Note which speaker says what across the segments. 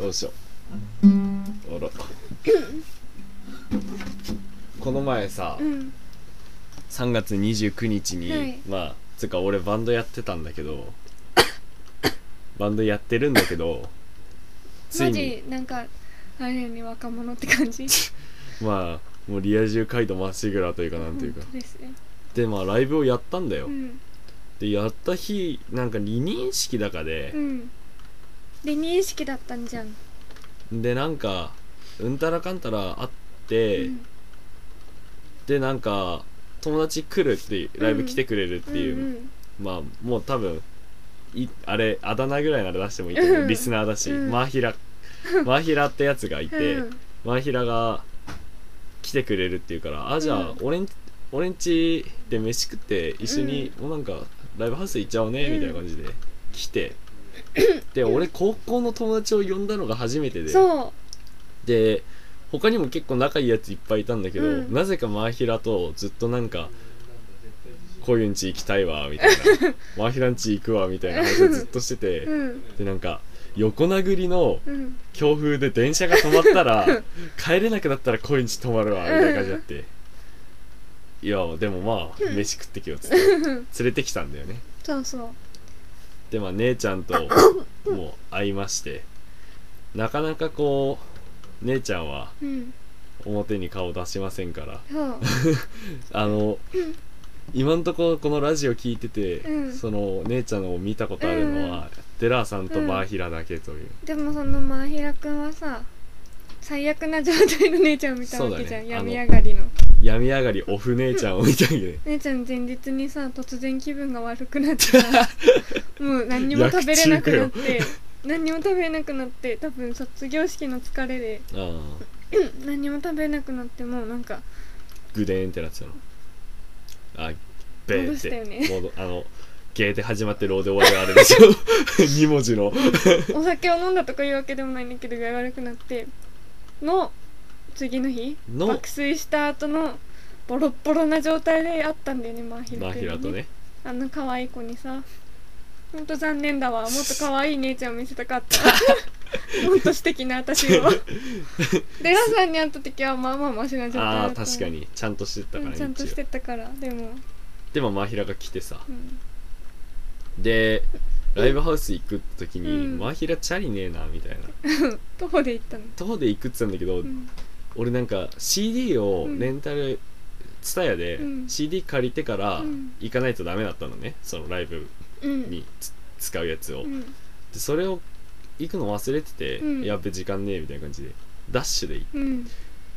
Speaker 1: よいしょあらこの前さ、
Speaker 2: うん
Speaker 1: 3月29日に、
Speaker 2: はい
Speaker 1: まあつうか俺バンドやってたんだけ どバンドやってるんだけどつ
Speaker 2: マ
Speaker 1: いに
Speaker 2: ジなんかあれよね若者って感じ
Speaker 1: まあもうリア充街道まっしぐらというかなんていうか
Speaker 2: 本当ですね
Speaker 1: でまあライブをやったんだよ、
Speaker 2: うん
Speaker 1: でやった日なんか離任式だかで
Speaker 2: う、んで認識だったんじゃん、
Speaker 1: でなんかうんたらかんたらあって、
Speaker 2: うん
Speaker 1: でなんか友達来るってライブ来てくれるっていう、
Speaker 2: うん
Speaker 1: まあもう多分いあれあだ名ぐらいなら出してもいいと思
Speaker 2: う
Speaker 1: うんリスナーだし、
Speaker 2: うん
Speaker 1: マーヒ ラマーヒラってやつがい
Speaker 2: うん
Speaker 1: て、
Speaker 2: うん
Speaker 1: マーヒラが来てくれるっていうからあじゃあ
Speaker 2: うん
Speaker 1: 俺ん俺んちで飯食って一緒に、もうなんかライブハウス行っちゃおうね
Speaker 2: うん
Speaker 1: みたいな感じで来 て、で俺高校の友達を呼んだのが初めてで
Speaker 2: そ
Speaker 1: で他にも結構仲いいやついっぱいいたんだけど、
Speaker 2: うん
Speaker 1: なぜかマーヒラとずっとなんかこういうんち行きたいわ みたいなマーヒラんち行くわみたいな話をずっとしてて、
Speaker 2: ううん
Speaker 1: でなんか横殴りの
Speaker 2: うん
Speaker 1: 強風で電車が止まった ら帰れなくなったらこういうんち止まるわみたいな感じになって、いやでもまあ飯食ってきよっつって連れてきたんだよね
Speaker 2: そうそう
Speaker 1: でまあ姉ちゃんともう会いましてなかなかこう姉ちゃんは
Speaker 2: うん
Speaker 1: 表に顔出しませんから
Speaker 2: そう
Speaker 1: あの今んとここのラジオ聞いてて、
Speaker 2: うん
Speaker 1: その姉ちゃんを見たことあるのは、デラーさんとバーヒラだけという、
Speaker 2: でもそのマーヒラくんはさ最悪な状態の姉ちゃんを見たわけじゃん、
Speaker 1: そうだね
Speaker 2: 病み上がりの
Speaker 1: 病み上がりオフ姉ちゃんを見たけ ど
Speaker 2: 姉ちゃん前日にさ突然気分が悪くなってさ もう何にも食べれなくなって何にも食べれなくなって多分卒業式の疲れで
Speaker 1: ああ
Speaker 2: うん何にも食べれなくなってもうな んか
Speaker 1: グデーンってなってたのあベーって
Speaker 2: 戻した
Speaker 1: 戻あのゲーで始まってローで終わるあれでし ょ2文字の
Speaker 2: お酒を飲んだとかいうわけでもないんだけど具合悪くなっての次の日
Speaker 1: の
Speaker 2: 爆睡した後のボロッボロな状態であったんだよねマーヒ
Speaker 1: マ
Speaker 2: ラ
Speaker 1: ーヒラ
Speaker 2: 君
Speaker 1: と
Speaker 2: に
Speaker 1: ね
Speaker 2: あんな可愛い子にさほんと残 念だわもっと可愛い姉ちゃんを見せたかった もっと素敵な私 をデラさんに会った時はまあまあマシな状態だ
Speaker 1: ああ
Speaker 2: ったの
Speaker 1: 確かにちゃんとしてた
Speaker 2: う
Speaker 1: から
Speaker 2: ん、ちゃんとしてたからでも、
Speaker 1: 一応でもマーヒラが来てさ
Speaker 2: うん、
Speaker 1: でライブハウス行くって時に、
Speaker 2: うん
Speaker 1: マーヒラチャリねえなみたいな
Speaker 2: 徒歩で行ったの、
Speaker 1: 徒歩で行くって言ってたんだけど、
Speaker 2: うん、
Speaker 1: 俺なんか CD をレンタルツタヤで
Speaker 2: うん
Speaker 1: CD 借りてから
Speaker 2: うん
Speaker 1: 行かないとダメだったのねそのライブ
Speaker 2: うん
Speaker 1: につ使うやつを、
Speaker 2: うん
Speaker 1: でそれを行くの忘れてて、
Speaker 2: うん
Speaker 1: やっべ時間ねえみたいな感じでダッシュで行って
Speaker 2: うん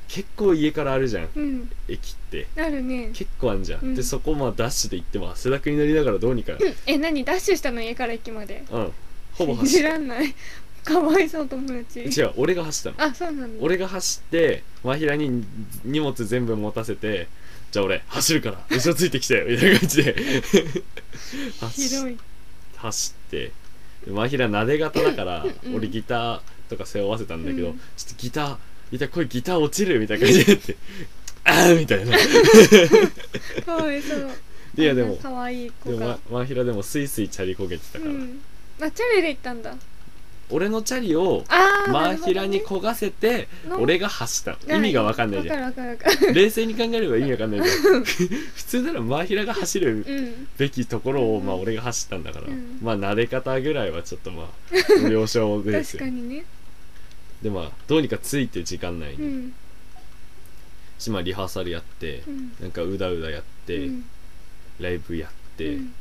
Speaker 1: 結構家からあるじゃん
Speaker 2: うん
Speaker 1: 駅って
Speaker 2: あるね
Speaker 1: 結構あんじゃん、
Speaker 2: うん
Speaker 1: でそこまあダッシュで行っても汗だくになりながらどうにか
Speaker 2: うんえ何ダッシュしたの家から駅まで
Speaker 1: うん、ほぼ走
Speaker 2: 知
Speaker 1: っ
Speaker 2: らんない かわいそう友達
Speaker 1: 違う俺が走ったの
Speaker 2: あそうなんだ
Speaker 1: 俺が走って真平に荷物全部持たせてじゃあ俺走るから後ろついてきてみたいな感じで
Speaker 2: ひど
Speaker 1: 走
Speaker 2: い
Speaker 1: 走ってで真平なで型だから
Speaker 2: うん
Speaker 1: 俺ギターとか背負わせたんだけど、
Speaker 2: うん
Speaker 1: ちょっとギターギターこれギター落ちるみたいな感じでって ああみたいな
Speaker 2: かわいそう
Speaker 1: でいやでも
Speaker 2: かわいい子
Speaker 1: でも
Speaker 2: が
Speaker 1: ま真平でもスイスイチャリこげてた
Speaker 2: う
Speaker 1: から、
Speaker 2: んあチャリで行ったんだ
Speaker 1: 俺のチャリを
Speaker 2: ああ
Speaker 1: 真平にこがせて俺が走ったの意味が分かんないじゃん
Speaker 2: んわかるわかるわ かる
Speaker 1: 冷静に考えれば意味わかん ないけど普通なら真平が走る
Speaker 2: うん
Speaker 1: べきところを
Speaker 2: うん
Speaker 1: まあ俺が走ったんだから、
Speaker 2: うん
Speaker 1: まあ撫で方ぐらいはちょっとまあご 了承です
Speaker 2: 確
Speaker 1: よ
Speaker 2: かにね
Speaker 1: でまあどうにかついて時間内
Speaker 2: う
Speaker 1: に、
Speaker 2: ん
Speaker 1: しまあリハーサルやって、
Speaker 2: うん
Speaker 1: なんかうだうだやって、
Speaker 2: うん
Speaker 1: ライブやって、
Speaker 2: うん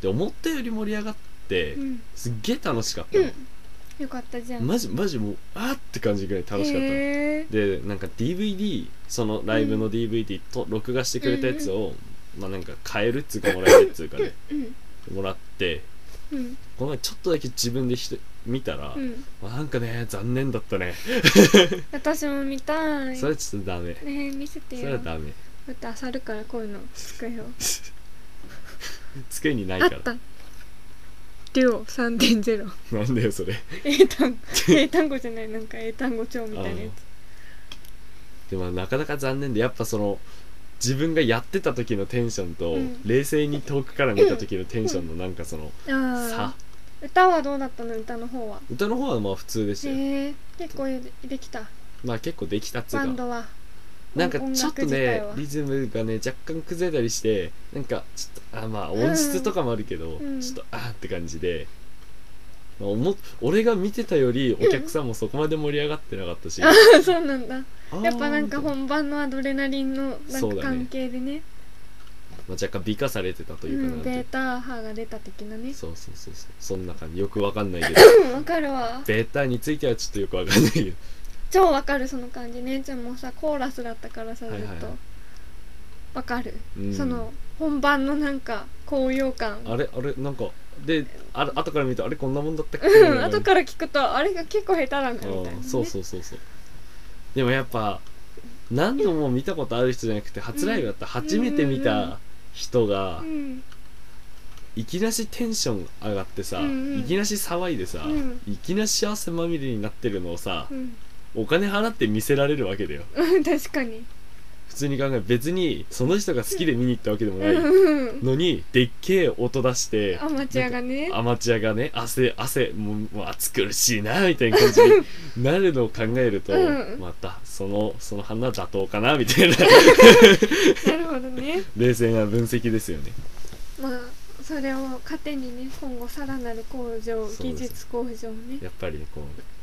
Speaker 1: で思ったより盛り上がって、
Speaker 2: うん
Speaker 1: すっげえ楽しかったの、
Speaker 2: よかったじゃん
Speaker 1: マジマジもうあーって感じぐらい楽しかったの
Speaker 2: へえ
Speaker 1: でなんか DVD そのライブの DVD と録画してくれたやつを、まあなんか買えるっつうかもらえるっつうかね
Speaker 2: うん
Speaker 1: もらって
Speaker 2: うん
Speaker 1: この前ちょっとだけ自分でひと見たら、
Speaker 2: うん
Speaker 1: まあなんかね残念だったね
Speaker 2: 私も見たい
Speaker 1: それはちょっとダメ
Speaker 2: ねえ見せて
Speaker 1: それは
Speaker 2: よ
Speaker 1: ダメ
Speaker 2: だってあさるからこういうの机を
Speaker 1: 机にない
Speaker 2: あ
Speaker 1: か
Speaker 2: っ
Speaker 1: ら
Speaker 2: たデュオ3.0
Speaker 1: なんだよそれ
Speaker 2: 英単語英単語じゃないなんか英単語帳みたいなや
Speaker 1: でもなかなか残念でやっぱその自分がやってた時のテンションと、
Speaker 2: うん
Speaker 1: 冷静に遠くから見た時のテンションのなんかその
Speaker 2: つあ
Speaker 1: 差
Speaker 2: あ歌はどうだったの歌の方は
Speaker 1: 歌の方はまあ普通でしたよ、
Speaker 2: へえ結構できた
Speaker 1: まあ結構できたっつ
Speaker 2: バン
Speaker 1: うか
Speaker 2: ドは
Speaker 1: なんかちょっとね
Speaker 2: 音楽
Speaker 1: リズムがね若干崩れたりしてなんかちょっとあまあ音質とかもあるけど、
Speaker 2: うん
Speaker 1: ちょっとあーって感じで、まあ、おも俺が見てたよりお客さんもそこまで盛り上がってなかったし、あ
Speaker 2: 自体は そうなんだ
Speaker 1: ー
Speaker 2: やっぱなんか
Speaker 1: みたい
Speaker 2: 本番のアドレナリンのな
Speaker 1: そうんだね
Speaker 2: か関係でね
Speaker 1: まあ、若干美化されてたと
Speaker 2: う
Speaker 1: いうかなんんて
Speaker 2: ベータ波が出た的なね
Speaker 1: そうそうそうそうそんな感じよくわかんない けど
Speaker 2: うんわかるわ
Speaker 1: ベータについてはちょっとよくわかんないけど
Speaker 2: 超わかるその感じねじゃあもうさコーラスだったからさずっ
Speaker 1: はいはいはい
Speaker 2: とわかる、
Speaker 1: うん
Speaker 2: その本番のなんか高揚感
Speaker 1: あれあれなんかであ後から見るとあれこんなもんだったっけ
Speaker 2: うん後
Speaker 1: ら
Speaker 2: から聞くとあれが結構下手なんだみたいな、ね、
Speaker 1: そうそうそうそうでもやっぱ何度も見たことある人じゃなくて初ライブだったら初めて見た人が
Speaker 2: うん
Speaker 1: いきなしテンション上がってさ、
Speaker 2: うんうん
Speaker 1: いきなし騒いでさ、
Speaker 2: うん
Speaker 1: いきなし汗まみれになってるのをさ
Speaker 2: う、ん
Speaker 1: お金払って見せられるわけだよ
Speaker 2: うん確かに
Speaker 1: 普通に考え別にその人が好きで見に行ったわけでも
Speaker 2: う
Speaker 1: ない、
Speaker 2: んうん
Speaker 1: のにでっけえ音出して
Speaker 2: アマチュアがね
Speaker 1: アマチュアがね汗汗もうもう暑苦しいなみたいな感じになるのを考えると、
Speaker 2: うん
Speaker 1: またそのその花妥当かなみたいな
Speaker 2: なるほどね
Speaker 1: 冷静な分析ですよね
Speaker 2: まあそれを糧にね今後さらなる向上
Speaker 1: そう
Speaker 2: 技
Speaker 1: です
Speaker 2: 術向上ね
Speaker 1: やっぱりこ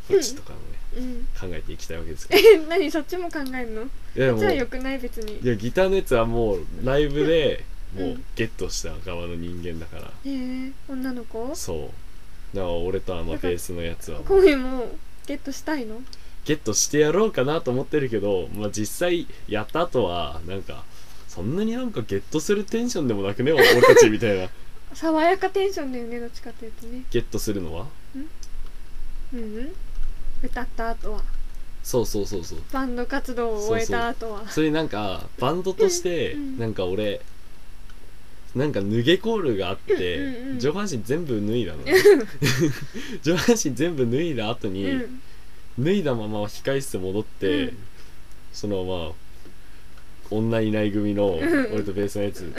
Speaker 1: うこっちとかもね
Speaker 2: うん
Speaker 1: 考えていきたいわけですけど
Speaker 2: え何そっちも考えんの
Speaker 1: いや
Speaker 2: じゃあ
Speaker 1: もう
Speaker 2: よくない別に
Speaker 1: いやギターのやつはもうライブで
Speaker 2: うん
Speaker 1: もうゲットした側の人間だから、
Speaker 2: へえ女の子
Speaker 1: そうだから俺とあのベースのやつはもう
Speaker 2: 恋もゲットしたいの
Speaker 1: ゲットしてやろうかなと思ってるけど、まあ、実際やった後はなんかそんなになんかゲットするテンションでもなく ね俺たちみたいな
Speaker 2: 爽やかテンションだよねどっちかというとね
Speaker 1: ゲットするのは
Speaker 2: うんうん歌った後は
Speaker 1: そうそうそうそう
Speaker 2: バンド活動を終えた後は
Speaker 1: それなんかバンドとして
Speaker 2: うん
Speaker 1: なんか俺なんか脱げコールがあって、
Speaker 2: うんうんうん
Speaker 1: 上半身全部脱 いだの 上半身全部脱いだ後に、
Speaker 2: うん
Speaker 1: 脱いだまま控室戻って、
Speaker 2: うん
Speaker 1: そのまあ女いない組の
Speaker 2: ん
Speaker 1: 俺とベースのやつ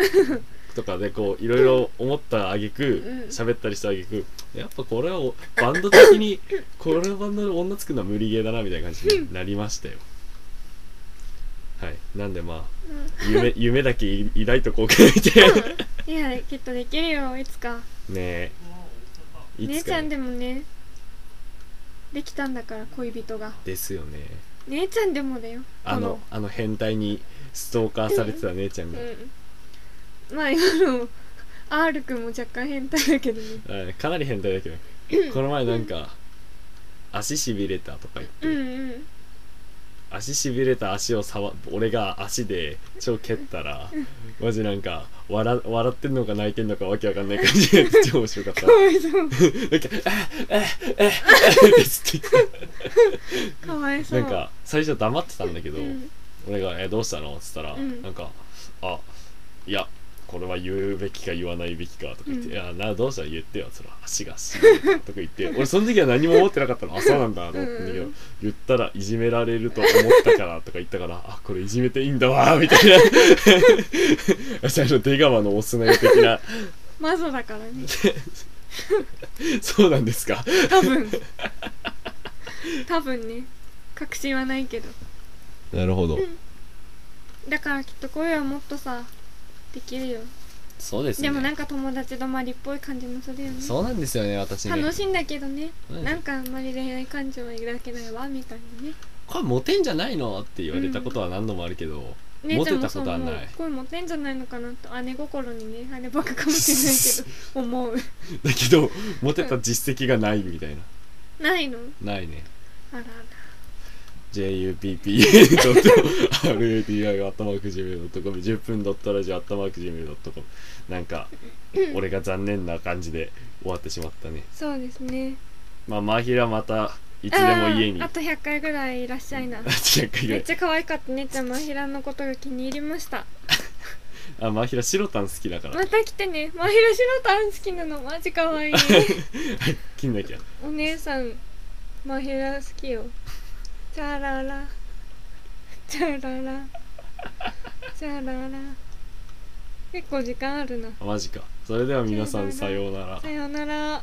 Speaker 1: とかでこういろいろ思った挙句
Speaker 2: うん
Speaker 1: 喋ったりした挙句やっぱこれはおバンド的にこのバンドで女作るのは無理ゲーだなみたいな感じになりましたよはいなんでまあ 夢夢だけ抱いとこうかみたいなね
Speaker 2: いやきっとできるよいつか
Speaker 1: えい
Speaker 2: 姉
Speaker 1: つ
Speaker 2: ち
Speaker 1: か
Speaker 2: ゃんでもねできたんだから恋人が
Speaker 1: ですよね
Speaker 2: 姉ちゃんでもだよ
Speaker 1: あのあの変態にストーカーされてた姉ちゃん
Speaker 2: こ
Speaker 1: が
Speaker 2: のうんまあ今の R 君も若干変態だけどね
Speaker 1: はいかなり変態だけどこの前なんか足しびれたとか言って、
Speaker 2: うんうん
Speaker 1: 足しびれた足を触俺が足で超蹴ったらマジなんか笑笑ってんのか泣いてんのかわけわかんない感じで超面白かった
Speaker 2: かわいそう
Speaker 1: なんか「ああああっつって言っ
Speaker 2: かわい
Speaker 1: て
Speaker 2: そう
Speaker 1: なんか最初黙ってたんだけど、
Speaker 2: うん
Speaker 1: 俺が「えどうしたの?」っつったら、
Speaker 2: うん
Speaker 1: なんか「あいやこれは言うべきか言わないべきか」とか言って「
Speaker 2: うん
Speaker 1: いやなどうしたら言ってよ」そら足が足が」とか言って 俺その時は何も思ってなかったの「あそうなんだ」と思ったんだけど、
Speaker 2: うん
Speaker 1: 言ったらいじめられると思ったからとか言ったから「あこれいじめていいんだわ」みたいな 最初出川のおすなよ的な
Speaker 2: マゾだからね
Speaker 1: 「そうなんですか
Speaker 2: 多分多分ね確信はないけど」
Speaker 1: なるほど
Speaker 2: だからきっと恋はもっとさできるよ
Speaker 1: そうです
Speaker 2: で
Speaker 1: ね
Speaker 2: もなんか友達止まりっぽい感じもするよね
Speaker 1: そうなんですよね私ね
Speaker 2: 楽しいんだけどね、
Speaker 1: うん
Speaker 2: なんかあんまり恋愛感情は抱けないわみたいなね
Speaker 1: これモテんじゃないのって言われたことは何度もあるけど、
Speaker 2: 姉ちゃんもそ
Speaker 1: モテたこ
Speaker 2: う
Speaker 1: とは
Speaker 2: 思う
Speaker 1: ない
Speaker 2: 恋持てんじゃないのかなと姉心にね姉バカかもしれないけど思う
Speaker 1: だけどモテた実績がないみたいな
Speaker 2: ないの
Speaker 1: ないね
Speaker 2: あらあら
Speaker 1: JUPPA.RADI.gmail.com 10分 .radio.gmail.com なんか俺が残念な感じで終わってしまったね
Speaker 2: そうですね
Speaker 1: まあマーヒラまたいつでも家に
Speaker 2: あーあと100回ぐらいいらっしゃいな
Speaker 1: 800回ぐ
Speaker 2: め
Speaker 1: ら
Speaker 2: っ
Speaker 1: い
Speaker 2: ちゃ可愛かった姉ちゃんまひらのことが気に入りました
Speaker 1: あマーヒラ白タン好きだから
Speaker 2: また来てねまひらしろたん好きなのマジ可愛い
Speaker 1: 切んなきゃ
Speaker 2: お姉さんまひら好きよチャララチャララチャララ結構時間あるな
Speaker 1: あマジかそれでは皆さんさようなら
Speaker 2: さようなら